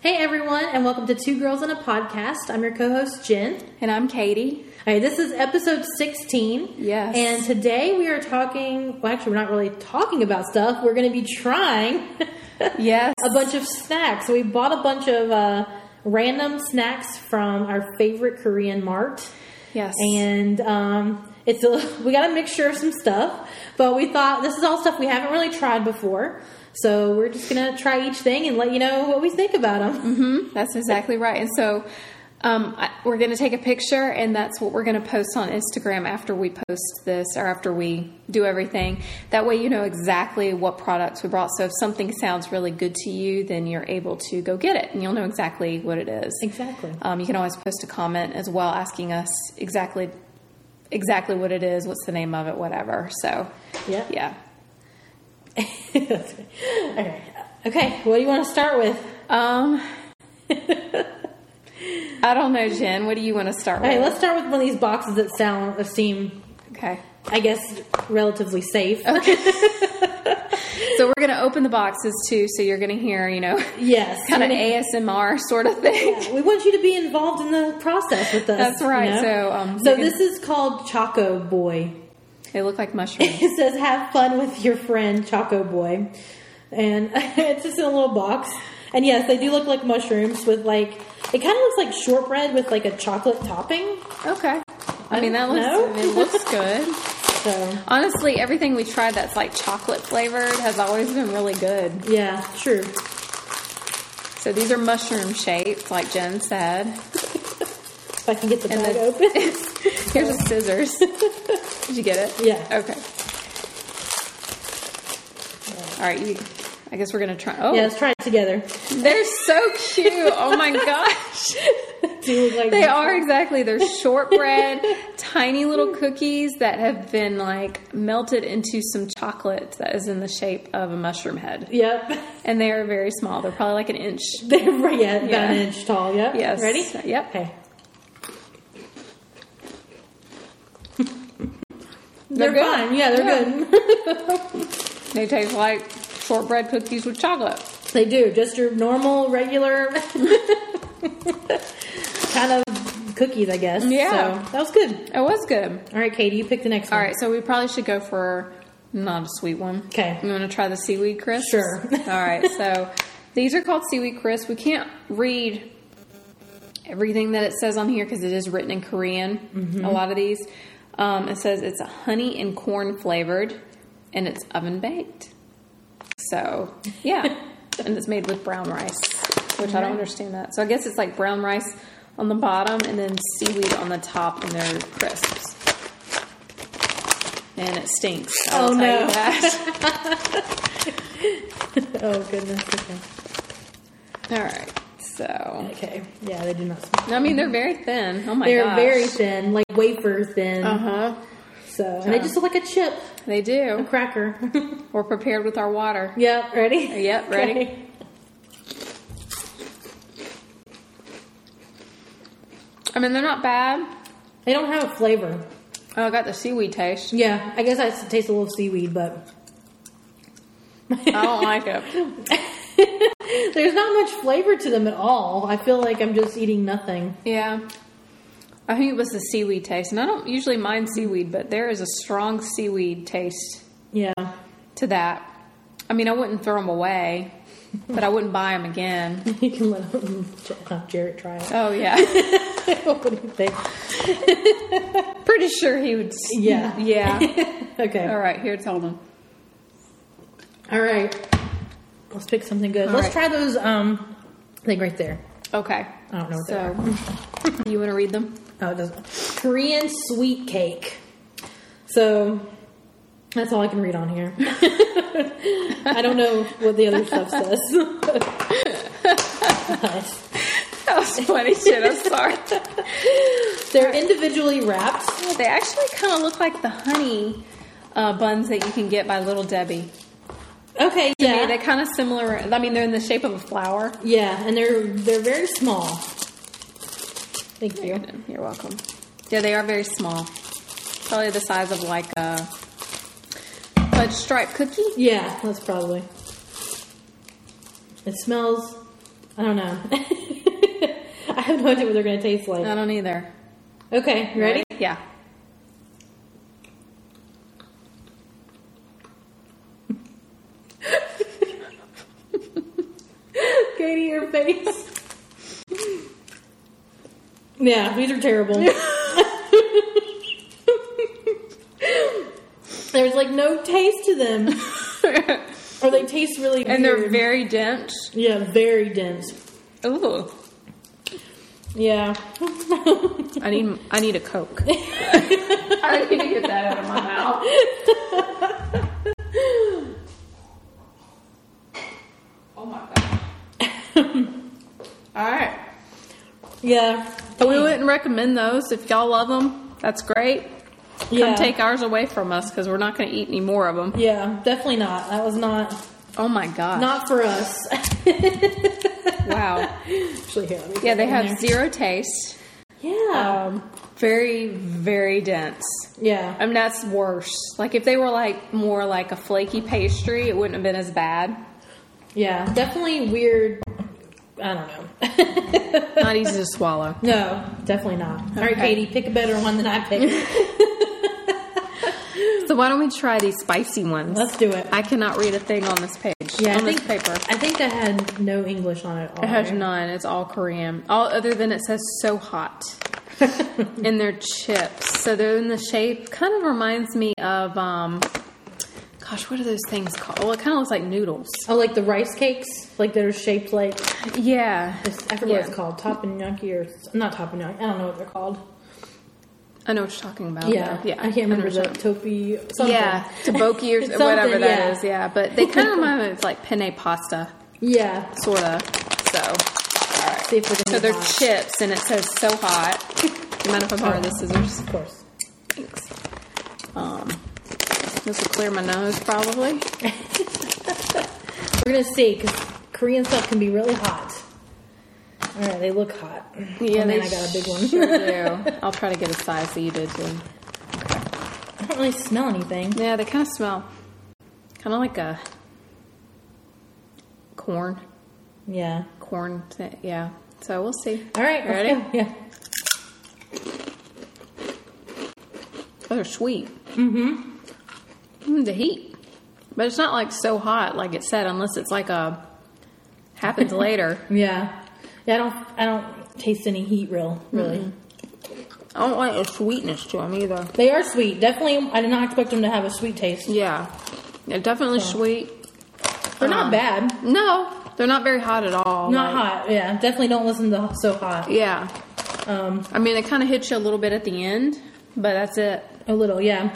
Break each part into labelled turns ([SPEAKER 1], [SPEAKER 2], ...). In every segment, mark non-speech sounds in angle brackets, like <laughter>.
[SPEAKER 1] Hey everyone, and welcome to Two Girls and a Podcast. I'm your co-host Jen.
[SPEAKER 2] And I'm Katie.
[SPEAKER 1] All right, this is episode 16.
[SPEAKER 2] Yes.
[SPEAKER 1] And today we are talking. Well, actually, we're not really talking about stuff. We're going to be trying <laughs>
[SPEAKER 2] Yes.
[SPEAKER 1] a bunch of snacks. So we bought a bunch of uh, random snacks from our favorite Korean mart,
[SPEAKER 2] Yes.
[SPEAKER 1] and um, it's a, <laughs> we got a mixture of some stuff. But we thought this is all stuff we haven't really tried before. So we're just gonna try each thing and let you know what we think about them.
[SPEAKER 2] Mhm, that's exactly right. And so um, I, we're going to take a picture, and that's what we're going to post on Instagram after we post this or after we do everything. That way, you know exactly what products we brought. So if something sounds really good to you, then you're able to go get it, and you'll know exactly what it is.
[SPEAKER 1] Exactly.
[SPEAKER 2] Um, you can always post a comment as well, asking us exactly exactly what it is, what's the name of it, whatever. So
[SPEAKER 1] Yeah.
[SPEAKER 2] <laughs> yeah.
[SPEAKER 1] okay. Okay. What do you want to start with?
[SPEAKER 2] Um, <laughs> I don't know, Jen. What do you want to start
[SPEAKER 1] Okay,
[SPEAKER 2] with?
[SPEAKER 1] let's start with one of these boxes that sound that seem,
[SPEAKER 2] Okay.
[SPEAKER 1] I guess, relatively safe.
[SPEAKER 2] So we're going to open the boxes too, so you're going to hear, you know,
[SPEAKER 1] <laughs>
[SPEAKER 2] <laughs>
[SPEAKER 1] Yes.
[SPEAKER 2] kind of
[SPEAKER 1] we- <laughs>
[SPEAKER 2] ASMR sort of thing. <laughs>
[SPEAKER 1] we want you to be involved in the process with us.
[SPEAKER 2] That's right.
[SPEAKER 1] you know?
[SPEAKER 2] So, um,
[SPEAKER 1] so
[SPEAKER 2] you can-
[SPEAKER 1] this is called Choco Boy. <laughs>
[SPEAKER 2] They look like mushrooms.
[SPEAKER 1] It says, "Have fun with your friend Choco Boy," and <laughs> it's just in a little box. And yes, they do look like mushrooms with like it kind of looks like shortbread with like a chocolate topping.
[SPEAKER 2] okay. I mean, that looks
[SPEAKER 1] No?
[SPEAKER 2] it looks good.
[SPEAKER 1] So
[SPEAKER 2] Honestly, everything we tried that's like chocolate flavored has always been really good.
[SPEAKER 1] yeah, true.
[SPEAKER 2] So these are mushroom shaped, like Jen said. <laughs>
[SPEAKER 1] If I can get the
[SPEAKER 2] And
[SPEAKER 1] bag
[SPEAKER 2] the- <laughs>
[SPEAKER 1] open.
[SPEAKER 2] Here's the scissors. <laughs> Did you get it?
[SPEAKER 1] Yeah.
[SPEAKER 2] Okay. All right. You, I guess we're gonna try. Oh,
[SPEAKER 1] Yeah, let's try it
[SPEAKER 2] <laughs>
[SPEAKER 1] together.
[SPEAKER 2] they're so cute. Oh my gosh,
[SPEAKER 1] Do you look like
[SPEAKER 2] they are exactly. They're shortbread, tiny little cookies that have been like melted into some chocolate that is in the shape of a mushroom head,
[SPEAKER 1] Yep. <laughs>
[SPEAKER 2] and they are very small. They're probably like an inch.
[SPEAKER 1] They're right, yeah, about
[SPEAKER 2] Yeah.
[SPEAKER 1] an inch tall. Yep.
[SPEAKER 2] Yes.
[SPEAKER 1] Ready?
[SPEAKER 2] Yep. <laughs>
[SPEAKER 1] Okay.
[SPEAKER 2] They're
[SPEAKER 1] They're,
[SPEAKER 2] good.
[SPEAKER 1] fine. Yeah, they're good. <laughs>
[SPEAKER 2] They taste like shortbread cookies with chocolate.
[SPEAKER 1] they do. Just your normal, regular <laughs> kind of cookies, I guess.
[SPEAKER 2] Yeah.
[SPEAKER 1] So that was good.
[SPEAKER 2] It was good.
[SPEAKER 1] All right, Katie, you pick the next
[SPEAKER 2] All
[SPEAKER 1] one.
[SPEAKER 2] right, so we probably should go for not a sweet one.
[SPEAKER 1] Okay.
[SPEAKER 2] You want to try the seaweed crisps?
[SPEAKER 1] Sure.
[SPEAKER 2] <laughs> All right, so these are called seaweed crisps. We can't read everything that it says on here because it is written in Korean.
[SPEAKER 1] Mm-hmm.
[SPEAKER 2] A lot of these. Um, it says it's honey and corn flavored and it's oven baked. So,
[SPEAKER 1] <laughs>
[SPEAKER 2] yeah. and it's made with brown rice, which I don't understand that. So, I guess it's like brown rice on the bottom and then seaweed on the top, and they're crisps. And it stinks. I will
[SPEAKER 1] Oh,
[SPEAKER 2] tell you
[SPEAKER 1] no. <laughs>
[SPEAKER 2] that. <laughs>
[SPEAKER 1] Oh, goodness. Okay.
[SPEAKER 2] All right. So,
[SPEAKER 1] Okay. Yeah, they do not smell.
[SPEAKER 2] I mean, they're very thin. Oh my
[SPEAKER 1] They're
[SPEAKER 2] gosh.
[SPEAKER 1] very uh-huh. thin, like wafer thin.
[SPEAKER 2] Uh huh.
[SPEAKER 1] So, and they just look like a chip,
[SPEAKER 2] They
[SPEAKER 1] a
[SPEAKER 2] do.
[SPEAKER 1] cracker. <laughs>
[SPEAKER 2] We're prepared with our water.
[SPEAKER 1] yep. Ready?
[SPEAKER 2] Yep, ready.
[SPEAKER 1] Okay.
[SPEAKER 2] I mean, they're not bad.
[SPEAKER 1] They don't have a flavor.
[SPEAKER 2] Oh, I got the
[SPEAKER 1] <laughs>
[SPEAKER 2] seaweed taste.
[SPEAKER 1] Yeah, I guess I s- taste a little seaweed, but
[SPEAKER 2] I don't like it.
[SPEAKER 1] <laughs> there's not much flavor to them at all. I feel like I'm just eating nothing.
[SPEAKER 2] Yeah. I think it was the seaweed taste. And I don't usually mind seaweed, but there is a strong seaweed taste
[SPEAKER 1] Yeah, <laughs>
[SPEAKER 2] to that. I mean, I wouldn't throw them away, but I wouldn't buy them again.
[SPEAKER 1] you can let <laughs> have Jarrett try it.
[SPEAKER 2] Oh, <laughs> yeah.
[SPEAKER 1] <laughs> what do you think?
[SPEAKER 2] Pretty sure he would. s-
[SPEAKER 1] Yeah.
[SPEAKER 2] Yeah.
[SPEAKER 1] Okay.
[SPEAKER 2] <laughs> All right, here, tell them.
[SPEAKER 1] All right. Let's pick something good.
[SPEAKER 2] All
[SPEAKER 1] Let's try
[SPEAKER 2] right.
[SPEAKER 1] those um thing right there.
[SPEAKER 2] Okay.
[SPEAKER 1] I don't know what they
[SPEAKER 2] <laughs> So, you want to read them?
[SPEAKER 1] Oh, it doesn't. Korean sweet cake. So that's all I can read on here. <laughs> I don't know what the other stuff says. <laughs> But-
[SPEAKER 2] That was funny shit. I'm sorry.
[SPEAKER 1] They're individually wrapped.
[SPEAKER 2] <laughs> they actually kind of look like the honey uh, buns that you can get by Little Debbie.
[SPEAKER 1] Okay,
[SPEAKER 2] To me,
[SPEAKER 1] yeah,
[SPEAKER 2] they're kind of similar. I mean, they're in the shape of a flower.
[SPEAKER 1] yeah, and they're they're very small. Thank you.
[SPEAKER 2] You're welcome. Yeah, they are very small. Probably the size of like a fudge stripe cookie.
[SPEAKER 1] Yeah, that's probably. It smells I don't know. <laughs> I have no idea what they're going to taste
[SPEAKER 2] I
[SPEAKER 1] like.
[SPEAKER 2] don't either.
[SPEAKER 1] Okay, you ready?
[SPEAKER 2] Yeah. <laughs>
[SPEAKER 1] Katie, your face. yeah, these are
[SPEAKER 2] <laughs>
[SPEAKER 1] terrible. There's like no taste to them,
[SPEAKER 2] <laughs>
[SPEAKER 1] or they taste really
[SPEAKER 2] and they're
[SPEAKER 1] weird.
[SPEAKER 2] very dense.
[SPEAKER 1] yeah, very dense.
[SPEAKER 2] Ooh.
[SPEAKER 1] Yeah, <laughs>
[SPEAKER 2] I need I need a Coke. <laughs> I need to get that out of my mouth. <laughs> oh my god. Alright.
[SPEAKER 1] yeah.
[SPEAKER 2] But we wouldn't recommend those. If y'all love them, that's great. Come
[SPEAKER 1] yeah.
[SPEAKER 2] take ours away from us because we're not going to eat any more of them.
[SPEAKER 1] Yeah, definitely not. That was not
[SPEAKER 2] Oh my god.
[SPEAKER 1] not for us. <laughs>
[SPEAKER 2] wow.
[SPEAKER 1] Actually, here, let me
[SPEAKER 2] Yeah,
[SPEAKER 1] put
[SPEAKER 2] they
[SPEAKER 1] it in
[SPEAKER 2] have zero taste.
[SPEAKER 1] there. Yeah,
[SPEAKER 2] Um, very, very dense.
[SPEAKER 1] yeah,
[SPEAKER 2] I mean, that's worse. Like, if they were like more like a flaky pastry, it wouldn't have been as bad.
[SPEAKER 1] yeah. Definitely weird. I don't know. <laughs>
[SPEAKER 2] Not easy to swallow.
[SPEAKER 1] No, definitely not. All right,
[SPEAKER 2] Okay.
[SPEAKER 1] Katie, pick a better one than I
[SPEAKER 2] <laughs>
[SPEAKER 1] picked.
[SPEAKER 2] So, why don't we try these spicy ones?
[SPEAKER 1] Let's do it.
[SPEAKER 2] I cannot read a thing on this page.
[SPEAKER 1] Yeah,
[SPEAKER 2] on
[SPEAKER 1] I
[SPEAKER 2] this
[SPEAKER 1] think-
[SPEAKER 2] paper.
[SPEAKER 1] I think that had no English on it at all.
[SPEAKER 2] It has none. It's all Korean. All other than it says so hot. <laughs> and they're chips. So they're in the shape. Kind of reminds me of, um, gosh, what are those things called? Well, it kind of looks like noodles.
[SPEAKER 1] <laughs> Oh, like the rice cakes, like that are shaped like
[SPEAKER 2] Yeah.
[SPEAKER 1] I forget what
[SPEAKER 2] Yeah.
[SPEAKER 1] it's called, topanyaki or s- not topanyaki. I don't know what they're called.
[SPEAKER 2] I know what you're talking about.
[SPEAKER 1] yeah,
[SPEAKER 2] Yeah.
[SPEAKER 1] I can't remember the
[SPEAKER 2] 100%.
[SPEAKER 1] topi. Something.
[SPEAKER 2] Yeah, taboki or
[SPEAKER 1] It's
[SPEAKER 2] whatever
[SPEAKER 1] <laughs> something,
[SPEAKER 2] that is.
[SPEAKER 1] yeah.
[SPEAKER 2] yeah. but they kind of remind me of like penne pasta,
[SPEAKER 1] yeah.
[SPEAKER 2] sort of. So,
[SPEAKER 1] See if we're gonna
[SPEAKER 2] so they're
[SPEAKER 1] hot.
[SPEAKER 2] chips, and it says so hot. Do you mind if I
[SPEAKER 1] Oh.
[SPEAKER 2] borrow the scissors?
[SPEAKER 1] of course.
[SPEAKER 2] Thanks. Um, this will clear my nose probably.
[SPEAKER 1] Oh, We're gonna see because Korean stuff can be really hot. All right, they look hot.
[SPEAKER 2] Yeah,
[SPEAKER 1] oh, man,
[SPEAKER 2] they
[SPEAKER 1] I got a big one. <laughs>
[SPEAKER 2] Sure do. I'll try to get a size that you did too.
[SPEAKER 1] I don't really smell anything.
[SPEAKER 2] Yeah, they kind of smell kind of like a corn,
[SPEAKER 1] Yeah.
[SPEAKER 2] corn. thi- Yeah. So we'll see.
[SPEAKER 1] All right,
[SPEAKER 2] You
[SPEAKER 1] let's
[SPEAKER 2] ready?
[SPEAKER 1] go. Yeah.
[SPEAKER 2] Oh, they're sweet. Mm-hmm. the heat. But it's not like so hot, like it said, unless it's like a
[SPEAKER 1] <laughs>
[SPEAKER 2] happens later.
[SPEAKER 1] Yeah. Yeah, I don't I don't taste any heat real really.
[SPEAKER 2] I don't like a sweetness to them either.
[SPEAKER 1] They are sweet. Definitely I did not expect them to have a sweet taste.
[SPEAKER 2] Yeah, they're definitely sweet.
[SPEAKER 1] They're not
[SPEAKER 2] Um,
[SPEAKER 1] bad.
[SPEAKER 2] No, they're not very hot at all.
[SPEAKER 1] Not
[SPEAKER 2] like-
[SPEAKER 1] hot. Yeah. Definitely don't listen to so hot.
[SPEAKER 2] Yeah,
[SPEAKER 1] Um
[SPEAKER 2] I mean, it kind of hits you a little bit at the end, but that's it.
[SPEAKER 1] a little, yeah.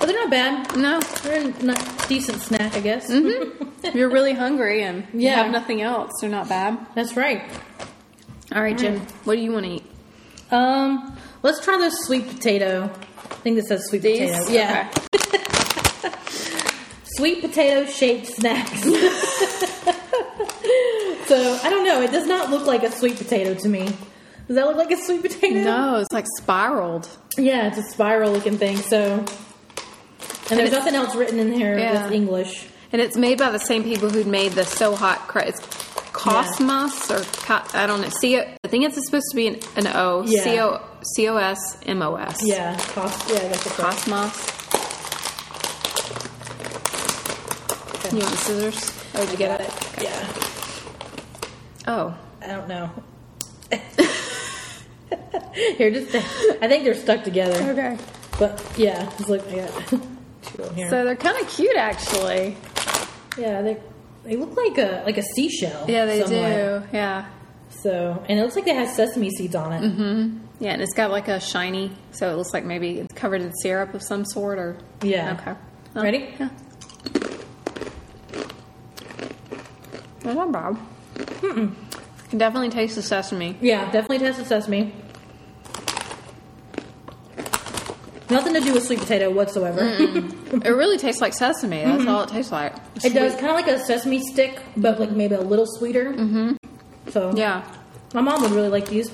[SPEAKER 1] But they're not bad.
[SPEAKER 2] No,
[SPEAKER 1] They're a n- decent snack, I guess. <laughs>
[SPEAKER 2] if you're really hungry and you
[SPEAKER 1] Yeah.
[SPEAKER 2] have nothing else, they're not bad.
[SPEAKER 1] That's right.
[SPEAKER 2] All right,
[SPEAKER 1] Mm.
[SPEAKER 2] Jim, what do you want to eat?
[SPEAKER 1] Um let's try this sweet potato. I think this says sweet
[SPEAKER 2] These?
[SPEAKER 1] potato. Yeah.
[SPEAKER 2] Okay.
[SPEAKER 1] Sweet potato shaped snacks. <laughs> so I don't know, it does not look like a sweet potato to me. Does that look like a sweet potato?
[SPEAKER 2] No, it's like spiraled.
[SPEAKER 1] Yeah, it's a spiral looking thing. So, and, there's
[SPEAKER 2] it's-
[SPEAKER 1] nothing else written in here
[SPEAKER 2] Yeah.
[SPEAKER 1] that's English.
[SPEAKER 2] And it's made by the same people who'd made the So Hot Cra- It's Cosmos or co- I don't know. C- I think it's supposed to be an, an O.
[SPEAKER 1] Yeah.
[SPEAKER 2] C O C O S M O S.
[SPEAKER 1] Yeah, cost. Yeah, that's a cost.
[SPEAKER 2] Cosmos. You want the scissors? Oh, did you get it?
[SPEAKER 1] Yeah,
[SPEAKER 2] Oh.
[SPEAKER 1] I don't know. <laughs> here, just I think they're stuck together.
[SPEAKER 2] Okay.
[SPEAKER 1] But yeah, just look. I got <laughs> two on here.
[SPEAKER 2] So they're kind of cute, actually.
[SPEAKER 1] yeah, they they look like a like a seashell.
[SPEAKER 2] Yeah, they
[SPEAKER 1] somewhat.
[SPEAKER 2] do. Yeah.
[SPEAKER 1] So, and it looks like they have sesame seeds on it.
[SPEAKER 2] Mm-hmm. Yeah, and it's got like a shiny, so it looks like maybe it's covered in syrup of some sort or.
[SPEAKER 1] Yeah.
[SPEAKER 2] Okay.
[SPEAKER 1] Ready?
[SPEAKER 2] Yeah. That's not bad. Can definitely taste the sesame.
[SPEAKER 1] Yeah, definitely taste the sesame. Nothing to do with sweet potato whatsoever.
[SPEAKER 2] it really tastes like sesame. That's all it tastes like.
[SPEAKER 1] <laughs> It does kind of like a sesame stick, but like maybe a little sweeter. Mm-hmm. So
[SPEAKER 2] Yeah.
[SPEAKER 1] my mom would really like these.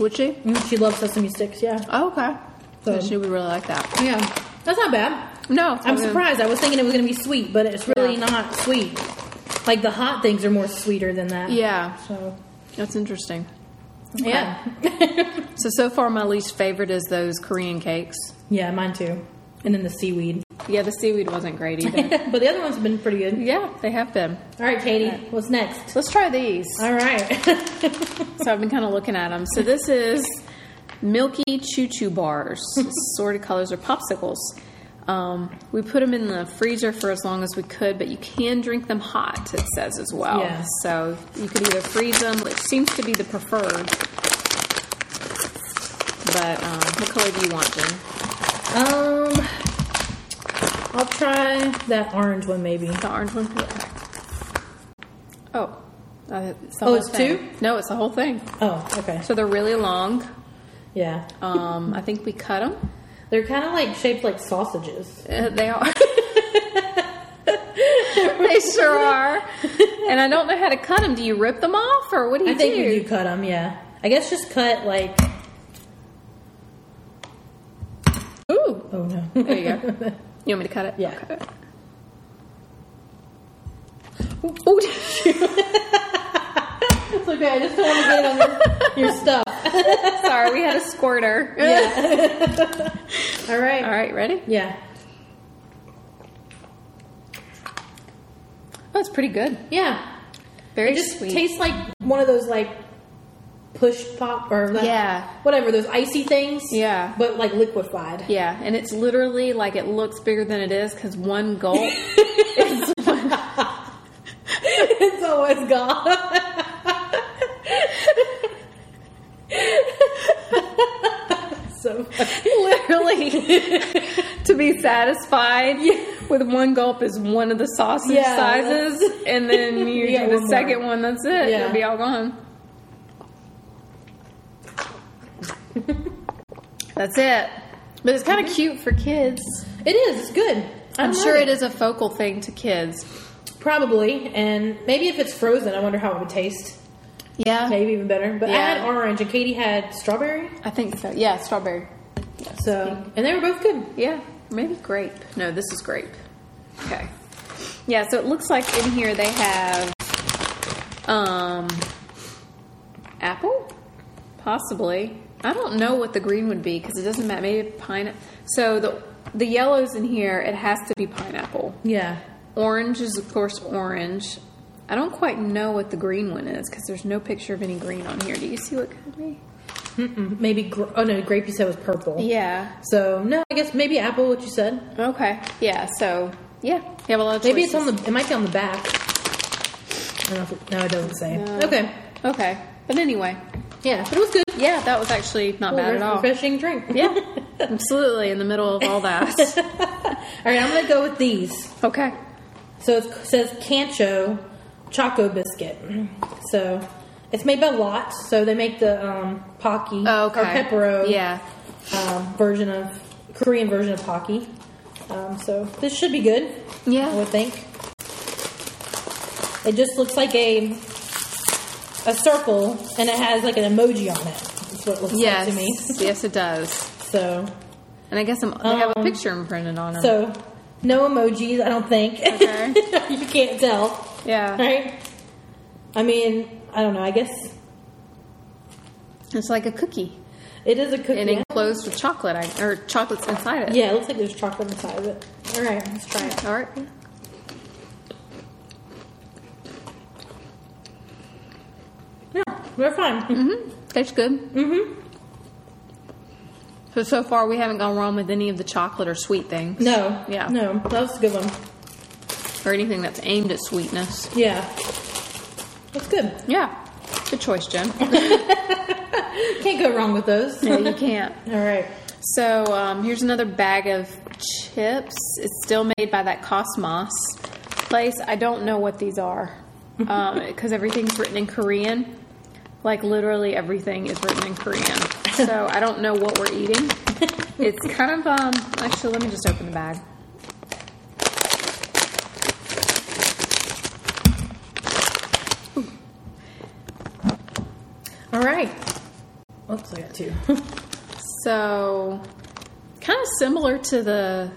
[SPEAKER 2] Would she?
[SPEAKER 1] Mm, She loves sesame sticks. Yeah,
[SPEAKER 2] Oh, okay.
[SPEAKER 1] So-
[SPEAKER 2] So she would really like that.
[SPEAKER 1] yeah, that's not bad.
[SPEAKER 2] No, it's
[SPEAKER 1] I'm
[SPEAKER 2] not good.
[SPEAKER 1] surprised. I was thinking it was gonna be sweet, but it's really
[SPEAKER 2] Yeah.
[SPEAKER 1] not sweet. Like the hot things are more sweeter than that.
[SPEAKER 2] Yeah.
[SPEAKER 1] So
[SPEAKER 2] That's interesting.
[SPEAKER 1] Yeah. <laughs>
[SPEAKER 2] So so far, my least favorite is those Korean cakes.
[SPEAKER 1] Yeah, mine too. And then the seaweed. <laughs>
[SPEAKER 2] Yeah, the seaweed wasn't great either.
[SPEAKER 1] but the other ones have been pretty good.
[SPEAKER 2] <laughs> yeah, they have been.
[SPEAKER 1] All right, Katie, what's next?
[SPEAKER 2] Let's try these.
[SPEAKER 1] All right. <laughs>
[SPEAKER 2] So I've been kind of looking at them. So this is milky choo choo bars, assorted colors or popsicles. Um, we put them in the freezer for as long as we could, but you can drink them hot. It says as well.
[SPEAKER 1] Yeah.
[SPEAKER 2] So you could either freeze them, which seems to be the preferred. But um, what color do you want, Jen?
[SPEAKER 1] um, I'll try that orange one maybe.
[SPEAKER 2] The orange one. Yeah. Oh. Uh, it's the
[SPEAKER 1] Oh,
[SPEAKER 2] whole
[SPEAKER 1] it's
[SPEAKER 2] thing.
[SPEAKER 1] two?
[SPEAKER 2] No, it's the whole thing.
[SPEAKER 1] Oh, okay.
[SPEAKER 2] So they're really long.
[SPEAKER 1] Yeah.
[SPEAKER 2] Um, I think we cut them.
[SPEAKER 1] They're kind of like shaped like sausages.
[SPEAKER 2] Uh, they are. <laughs> they sure are. And I don't know how to cut them. Do you rip them off, or what do you
[SPEAKER 1] I think
[SPEAKER 2] do?
[SPEAKER 1] we do cut them, yeah. I guess just cut like.
[SPEAKER 2] Ooh,
[SPEAKER 1] Oh no.
[SPEAKER 2] there you go. You want me to cut it?
[SPEAKER 1] Yeah.
[SPEAKER 2] Okay.
[SPEAKER 1] <laughs>
[SPEAKER 2] Ooh, <laughs>
[SPEAKER 1] it's okay, I just don't want to get it on your, your stuff.
[SPEAKER 2] <laughs> sorry, we had a squirter.
[SPEAKER 1] Yeah. <laughs> All right.
[SPEAKER 2] <laughs> All right, ready?
[SPEAKER 1] Yeah.
[SPEAKER 2] Oh, it's pretty good.
[SPEAKER 1] Yeah.
[SPEAKER 2] Very
[SPEAKER 1] It just
[SPEAKER 2] sweet.
[SPEAKER 1] tastes like one of those like push pop or like,
[SPEAKER 2] Yeah.
[SPEAKER 1] whatever those icy things.
[SPEAKER 2] Yeah.
[SPEAKER 1] but like liquefied. <laughs>
[SPEAKER 2] yeah, and it's literally like it looks bigger than it is because one gulp. is
[SPEAKER 1] it's always gone. <laughs> so funny.
[SPEAKER 2] literally <laughs> to be satisfied with one gulp is one of the sausage
[SPEAKER 1] Yeah,
[SPEAKER 2] sizes <laughs> and then you
[SPEAKER 1] You get
[SPEAKER 2] do the
[SPEAKER 1] one more.
[SPEAKER 2] second one that's it
[SPEAKER 1] Yeah.
[SPEAKER 2] it'll be all gone that's it but it's kind of cute for kids
[SPEAKER 1] it is. It's good.
[SPEAKER 2] i'm
[SPEAKER 1] I
[SPEAKER 2] sure
[SPEAKER 1] love
[SPEAKER 2] it is a focal thing to kids
[SPEAKER 1] Probably, and maybe if it's frozen, I wonder how it would taste.
[SPEAKER 2] yeah
[SPEAKER 1] Maybe even better. But I
[SPEAKER 2] Uh-huh. Yeah.
[SPEAKER 1] had orange, and Katie had strawberry.
[SPEAKER 2] i think so yeah strawberry
[SPEAKER 1] So, and they were both good.
[SPEAKER 2] Yeah, maybe grape. No, this is grape. Okay. Yeah, so it looks like in here they have um apple possibly. I don't know what the green would be because it doesn't matter. Maybe pineapple. So the the yellows in here, it has to be pineapple.
[SPEAKER 1] Yeah.
[SPEAKER 2] Orange is of course orange. I don't quite know what the green one is because there's no picture of any green on here. Do you see what could be?
[SPEAKER 1] Mm-mm. Maybe. Gr- oh no, grape. You said was
[SPEAKER 2] Oh.
[SPEAKER 1] purple.
[SPEAKER 2] Yeah.
[SPEAKER 1] So no, I guess maybe apple. What you said.
[SPEAKER 2] Okay. Yeah. So yeah, you have a lot of
[SPEAKER 1] Maybe
[SPEAKER 2] choices.
[SPEAKER 1] it's on the. It might be on the back. I don't know if it, no, it doesn't say.
[SPEAKER 2] No.
[SPEAKER 1] Okay.
[SPEAKER 2] Okay. But anyway,
[SPEAKER 1] Yeah, but it was good.
[SPEAKER 2] yeah, that was actually not bad at all.
[SPEAKER 1] Refreshing drink.
[SPEAKER 2] Yeah, <laughs> absolutely. In the middle of all <laughs> that.
[SPEAKER 1] <laughs> all right, I'm gonna go with these.
[SPEAKER 2] Okay.
[SPEAKER 1] So it says Cancho Choco Biscuit. So it's made by Lot. So they make the um, Pocky
[SPEAKER 2] Oh, Okay.
[SPEAKER 1] or Pepero
[SPEAKER 2] Yeah.
[SPEAKER 1] um, version of Korean version of Pocky. Um, so this should be good. I
[SPEAKER 2] Yeah.
[SPEAKER 1] would think. It just looks like a a circle, and it has like an emoji on it. That's what it looks
[SPEAKER 2] Yes.
[SPEAKER 1] like to me.
[SPEAKER 2] <laughs> yes, it does.
[SPEAKER 1] <laughs> So,
[SPEAKER 2] And I guess I'm, they have a
[SPEAKER 1] Um,
[SPEAKER 2] picture imprinted on them.
[SPEAKER 1] so no emojis. I don't think.
[SPEAKER 2] Okay.
[SPEAKER 1] <laughs> you can't tell,
[SPEAKER 2] yeah,
[SPEAKER 1] right? I mean, I don't know. I guess
[SPEAKER 2] it's like a cookie,
[SPEAKER 1] it is a cookie.
[SPEAKER 2] and enclosed with chocolate I, or chocolates inside it.
[SPEAKER 1] yeah, it looks like there's chocolate inside of it. All right, let's try it.
[SPEAKER 2] All right.
[SPEAKER 1] Yeah, we're fine.
[SPEAKER 2] Mm-hmm. Tastes good. Mm-hmm. So so far we haven't gone wrong with any of the chocolate or sweet things,
[SPEAKER 1] No,
[SPEAKER 2] Yeah.
[SPEAKER 1] no, that was a good one.
[SPEAKER 2] or anything that's aimed at sweetness.
[SPEAKER 1] Yeah, that's good.
[SPEAKER 2] Yeah. Good choice, Jen.
[SPEAKER 1] Can't go wrong with those.
[SPEAKER 2] <laughs> No, you can't.
[SPEAKER 1] <laughs> All right.
[SPEAKER 2] So um, here's another bag of chips. It's still made by that Cosmos place. I don't know what these are because everything's written in Korean. Like literally everything is written in Korean. So I don't know what we're eating. It's kind of um. Actually, let me just open the bag.
[SPEAKER 1] All right. Oops, I got two.
[SPEAKER 2] So kind of similar to the.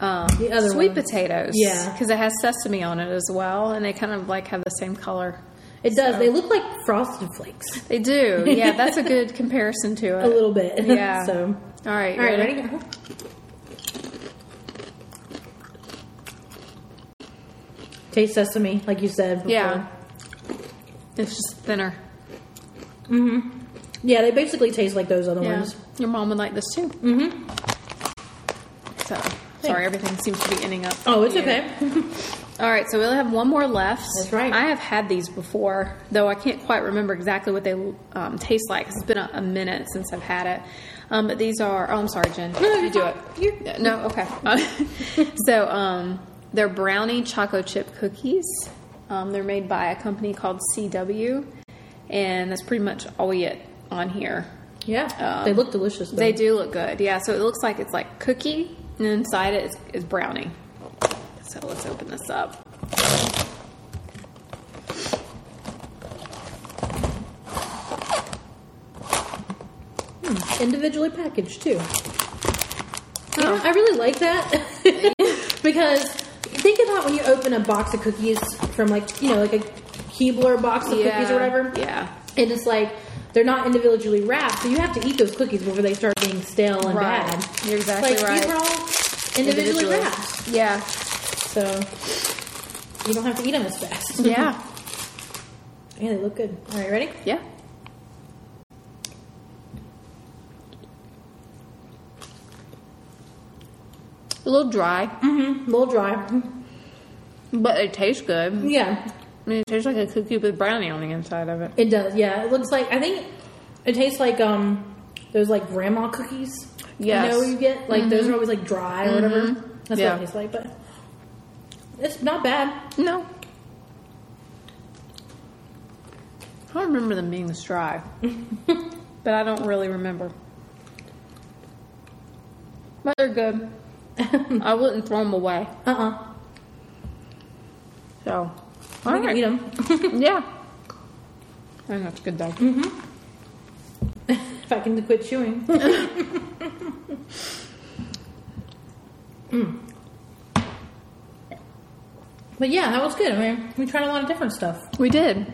[SPEAKER 2] Um,
[SPEAKER 1] The other
[SPEAKER 2] sweet
[SPEAKER 1] ones.
[SPEAKER 2] potatoes,
[SPEAKER 1] Yeah.
[SPEAKER 2] because it has sesame on it as well, and they kind of like have the same color.
[SPEAKER 1] <laughs> It does. They look like frosted flakes
[SPEAKER 2] They do. Yeah, that's a good comparison
[SPEAKER 1] <laughs>
[SPEAKER 2] to it.
[SPEAKER 1] a little bit.
[SPEAKER 2] Yeah.
[SPEAKER 1] so, Uh-huh.
[SPEAKER 2] All right.
[SPEAKER 1] all right,
[SPEAKER 2] ready?
[SPEAKER 1] ready? Taste sesame, like you said. Before.
[SPEAKER 2] Yeah. It's just thinner.
[SPEAKER 1] Yeah, they basically taste like those other
[SPEAKER 2] Yeah.
[SPEAKER 1] ones.
[SPEAKER 2] Your mom would like this too. Mm-hmm. So sorry, everything seems to be ending up.
[SPEAKER 1] Oh, it's
[SPEAKER 2] Yeah. <laughs>
[SPEAKER 1] okay.
[SPEAKER 2] All right, so we only have one more left.
[SPEAKER 1] That's right.
[SPEAKER 2] I have had these before, though I can't quite remember exactly what they um, taste like. it it's been a, a minute since I've had it. Um, but these are. Oh, I'm sorry, Jen.
[SPEAKER 1] no,
[SPEAKER 2] you
[SPEAKER 1] you're
[SPEAKER 2] do
[SPEAKER 1] fine.
[SPEAKER 2] it. Yeah, no, okay. <laughs> so um, they're brownie choco chip cookies. Um, they're made by a company called CW, and that's pretty much all we get on here.
[SPEAKER 1] Yeah,
[SPEAKER 2] Um,
[SPEAKER 1] they look delicious. Though.
[SPEAKER 2] They do look good. Yeah, so it looks like it's like cookie, and inside it is, is brownie. So let's open this up.
[SPEAKER 1] individually packaged too. You
[SPEAKER 2] Oh.
[SPEAKER 1] know, I really like that <laughs> because think about when you open a box of cookies from like you know like a Keebler box of cookies or whatever,
[SPEAKER 2] Yeah.
[SPEAKER 1] and it's like they're not individually wrapped, so you have to eat those cookies before they start being stale and
[SPEAKER 2] Right.
[SPEAKER 1] bad.
[SPEAKER 2] You're exactly
[SPEAKER 1] like, These
[SPEAKER 2] right.
[SPEAKER 1] are all individually, wrapped,
[SPEAKER 2] Yeah. <laughs>
[SPEAKER 1] so you don't have to eat them as fast.
[SPEAKER 2] Yeah.
[SPEAKER 1] <laughs> yeah, they look good. All right, ready?
[SPEAKER 2] yeah. A little dry,
[SPEAKER 1] Mm-hmm. A little dry.
[SPEAKER 2] but it tastes good. I
[SPEAKER 1] Yeah,
[SPEAKER 2] mean, it tastes like a cookie with brownie on the inside of it.
[SPEAKER 1] It does, yeah. It looks like I think it tastes like um those like grandma cookies.
[SPEAKER 2] Yes.
[SPEAKER 1] You
[SPEAKER 2] Mm-hmm.
[SPEAKER 1] know you get? Like those are always like dry or whatever. That's
[SPEAKER 2] Yeah.
[SPEAKER 1] what it tastes like, but it's not bad.
[SPEAKER 2] No. I don't remember them being this dry, <laughs> but I don't really remember. But they're <laughs> good. I wouldn't throw them away.
[SPEAKER 1] Uh
[SPEAKER 2] Uh-uh.
[SPEAKER 1] uh
[SPEAKER 2] So,
[SPEAKER 1] I
[SPEAKER 2] all
[SPEAKER 1] can eat
[SPEAKER 2] right.
[SPEAKER 1] 'em.
[SPEAKER 2] <laughs> Yeah. I think that's good though.
[SPEAKER 1] if I can quit
[SPEAKER 2] <laughs>
[SPEAKER 1] chewing. Mm. But yeah, that was good. I mean, we tried a lot of different stuff.
[SPEAKER 2] We did.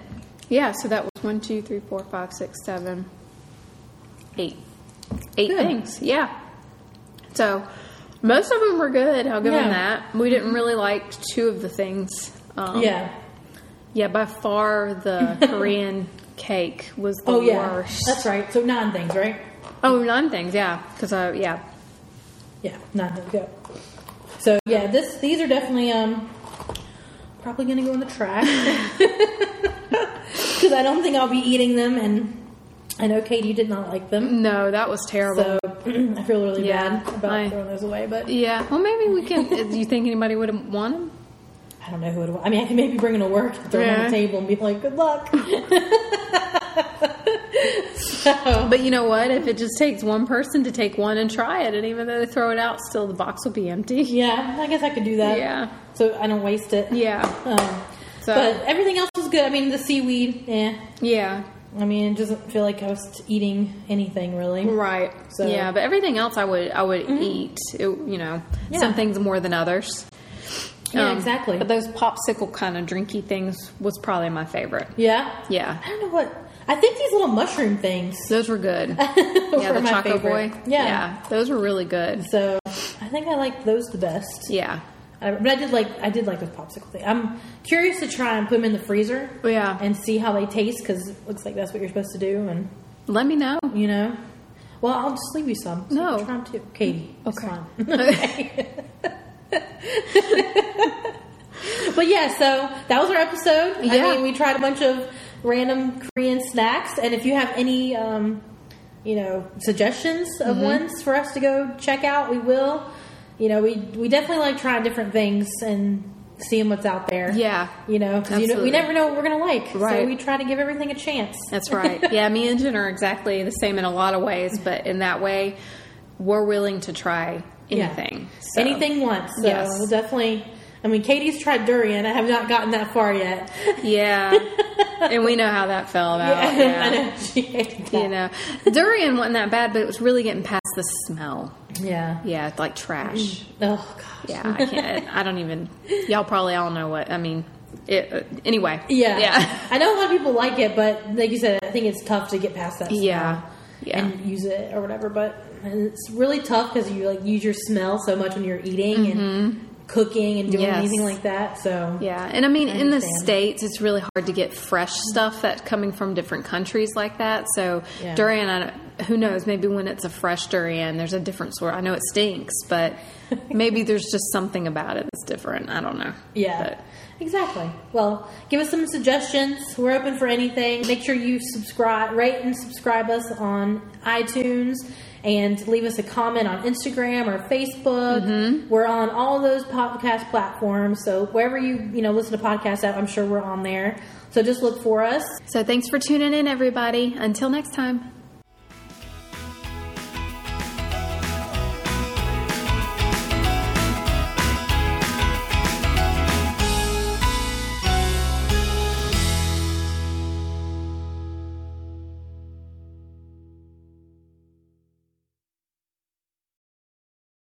[SPEAKER 2] Yeah. So that was one, two, three, four, five, six, seven, eight, eight
[SPEAKER 1] Good.
[SPEAKER 2] things. Yeah. So most of them were good. I'll give
[SPEAKER 1] Yeah. Mm-hmm.
[SPEAKER 2] them that. We didn't really like two of the things. Um,
[SPEAKER 1] yeah.
[SPEAKER 2] Yeah, by far
[SPEAKER 1] <laughs>
[SPEAKER 2] the Korean cake was the
[SPEAKER 1] Oh yeah.
[SPEAKER 2] worst.
[SPEAKER 1] That's right. So nine things, right?
[SPEAKER 2] Oh, nine things, yeah. Because I, yeah.
[SPEAKER 1] Yeah, not that good. So yeah, this these are definitely um probably gonna go in the
[SPEAKER 2] <laughs>
[SPEAKER 1] trash <laughs> because I don't think I'll be eating them, and I know Katie did not like them,
[SPEAKER 2] No, that was terrible.
[SPEAKER 1] so <clears throat> I feel really
[SPEAKER 2] Yeah,
[SPEAKER 1] bad about
[SPEAKER 2] I-
[SPEAKER 1] throwing those away. But
[SPEAKER 2] yeah. Well, maybe we can. <laughs> do you think anybody would want them?
[SPEAKER 1] I don't know who it was. I mean, I can maybe bring them to work, and throw them on
[SPEAKER 2] Yeah.
[SPEAKER 1] the table, and be like, "Good luck."
[SPEAKER 2] <laughs>
[SPEAKER 1] so
[SPEAKER 2] But you know what? If it just takes one person to take one and try it, and even though they throw it out, still the box will be empty.
[SPEAKER 1] yeah, I guess I could do that.
[SPEAKER 2] Yeah.
[SPEAKER 1] So I don't waste it.
[SPEAKER 2] <laughs> Yeah.
[SPEAKER 1] Um,
[SPEAKER 2] So-
[SPEAKER 1] but everything else was good. I mean, the seaweed, eh.
[SPEAKER 2] Yeah.
[SPEAKER 1] I mean, it doesn't feel like I was eating anything really.
[SPEAKER 2] Right.
[SPEAKER 1] So- Mm-hmm.
[SPEAKER 2] yeah, but everything else I would I would eat. It, you know,
[SPEAKER 1] Yeah.
[SPEAKER 2] some things more than others.
[SPEAKER 1] Yeah,
[SPEAKER 2] Um,
[SPEAKER 1] exactly.
[SPEAKER 2] But those popsicle kind of drinky things was probably my favorite.
[SPEAKER 1] Yeah.
[SPEAKER 2] Yeah.
[SPEAKER 1] I don't know what. I think these little mushroom things. <laughs>
[SPEAKER 2] Those were good. yeah,
[SPEAKER 1] were
[SPEAKER 2] the
[SPEAKER 1] my
[SPEAKER 2] Choco
[SPEAKER 1] favorite.
[SPEAKER 2] Boy.
[SPEAKER 1] Yeah.
[SPEAKER 2] those were really good.
[SPEAKER 1] So I think I like those the best.
[SPEAKER 2] Yeah.
[SPEAKER 1] I, but I did like I did like those popsicle thing. I'm curious to try and put them in the freezer
[SPEAKER 2] Yeah.
[SPEAKER 1] and see how they taste because it looks like that's what you're supposed to do. And
[SPEAKER 2] Let me know.
[SPEAKER 1] you know, well, I'll just leave you some. So you
[SPEAKER 2] No.
[SPEAKER 1] can try them too, Katie. it's
[SPEAKER 2] Okay.
[SPEAKER 1] fine. <laughs>
[SPEAKER 2] <laughs>
[SPEAKER 1] But yeah, so that was our episode.
[SPEAKER 2] Yeah.
[SPEAKER 1] I mean, we tried a bunch of random Korean snacks, and if you have any, um, you know, suggestions of
[SPEAKER 2] Mm-hmm.
[SPEAKER 1] ones for us to go check out, we will. You know, we we definitely like trying different things and seeing what's out there.
[SPEAKER 2] Yeah.
[SPEAKER 1] You know, because you know, we
[SPEAKER 2] Absolutely.
[SPEAKER 1] never know what we're gonna like, so
[SPEAKER 2] Right.
[SPEAKER 1] we try to give everything a chance.
[SPEAKER 2] That's right. yeah, me and Jen are exactly the same in a lot of ways, but in that way, we're willing to try
[SPEAKER 1] Yeah.
[SPEAKER 2] anything. So-
[SPEAKER 1] Anything once. So
[SPEAKER 2] Yes.
[SPEAKER 1] we'll definitely. I mean, Katie's tried durian. I have not gotten that far yet.
[SPEAKER 2] Yeah. and we know how that fell
[SPEAKER 1] <laughs>
[SPEAKER 2] out.
[SPEAKER 1] I
[SPEAKER 2] Oh, Yeah.
[SPEAKER 1] know she hated that.
[SPEAKER 2] You know, durian wasn't that bad, but it was really getting past the smell.
[SPEAKER 1] Yeah.
[SPEAKER 2] Yeah, it's like trash.
[SPEAKER 1] Oh gosh.
[SPEAKER 2] Yeah, I can't. I don't even. Y'all probably all know what I mean. It, uh, anyway.
[SPEAKER 1] Yeah.
[SPEAKER 2] Yeah.
[SPEAKER 1] <laughs> I know a lot of people like it, but like you said, I think it's tough to get past that smell
[SPEAKER 2] Yeah. Yeah.
[SPEAKER 1] and use it or whatever. But and it's really tough because you like use your smell so much when you're eating and cooking and doing
[SPEAKER 2] Mm-hmm. Yes.
[SPEAKER 1] anything like that. So
[SPEAKER 2] Yeah, and I mean, in the
[SPEAKER 1] understand.
[SPEAKER 2] states, it's really hard to get fresh stuff that coming from different countries like that. So
[SPEAKER 1] Yeah.
[SPEAKER 2] durian, I, don't- who knows? Maybe when it's a fresh durian, there's a different sort. I know it stinks,
[SPEAKER 1] <laughs>
[SPEAKER 2] but maybe there's just something about it that's different. I don't know.
[SPEAKER 1] Yeah. Exactly. Well, give us some suggestions. We're open for anything. Make sure you subscribe, rate and subscribe us on iTunes and leave us a comment on Instagram or Facebook. We're on all those podcast platforms. So wherever you, you know, listen to podcasts at, I'm sure we're on there. So just look for us.
[SPEAKER 2] But, so thanks for tuning in, everybody. Until next time.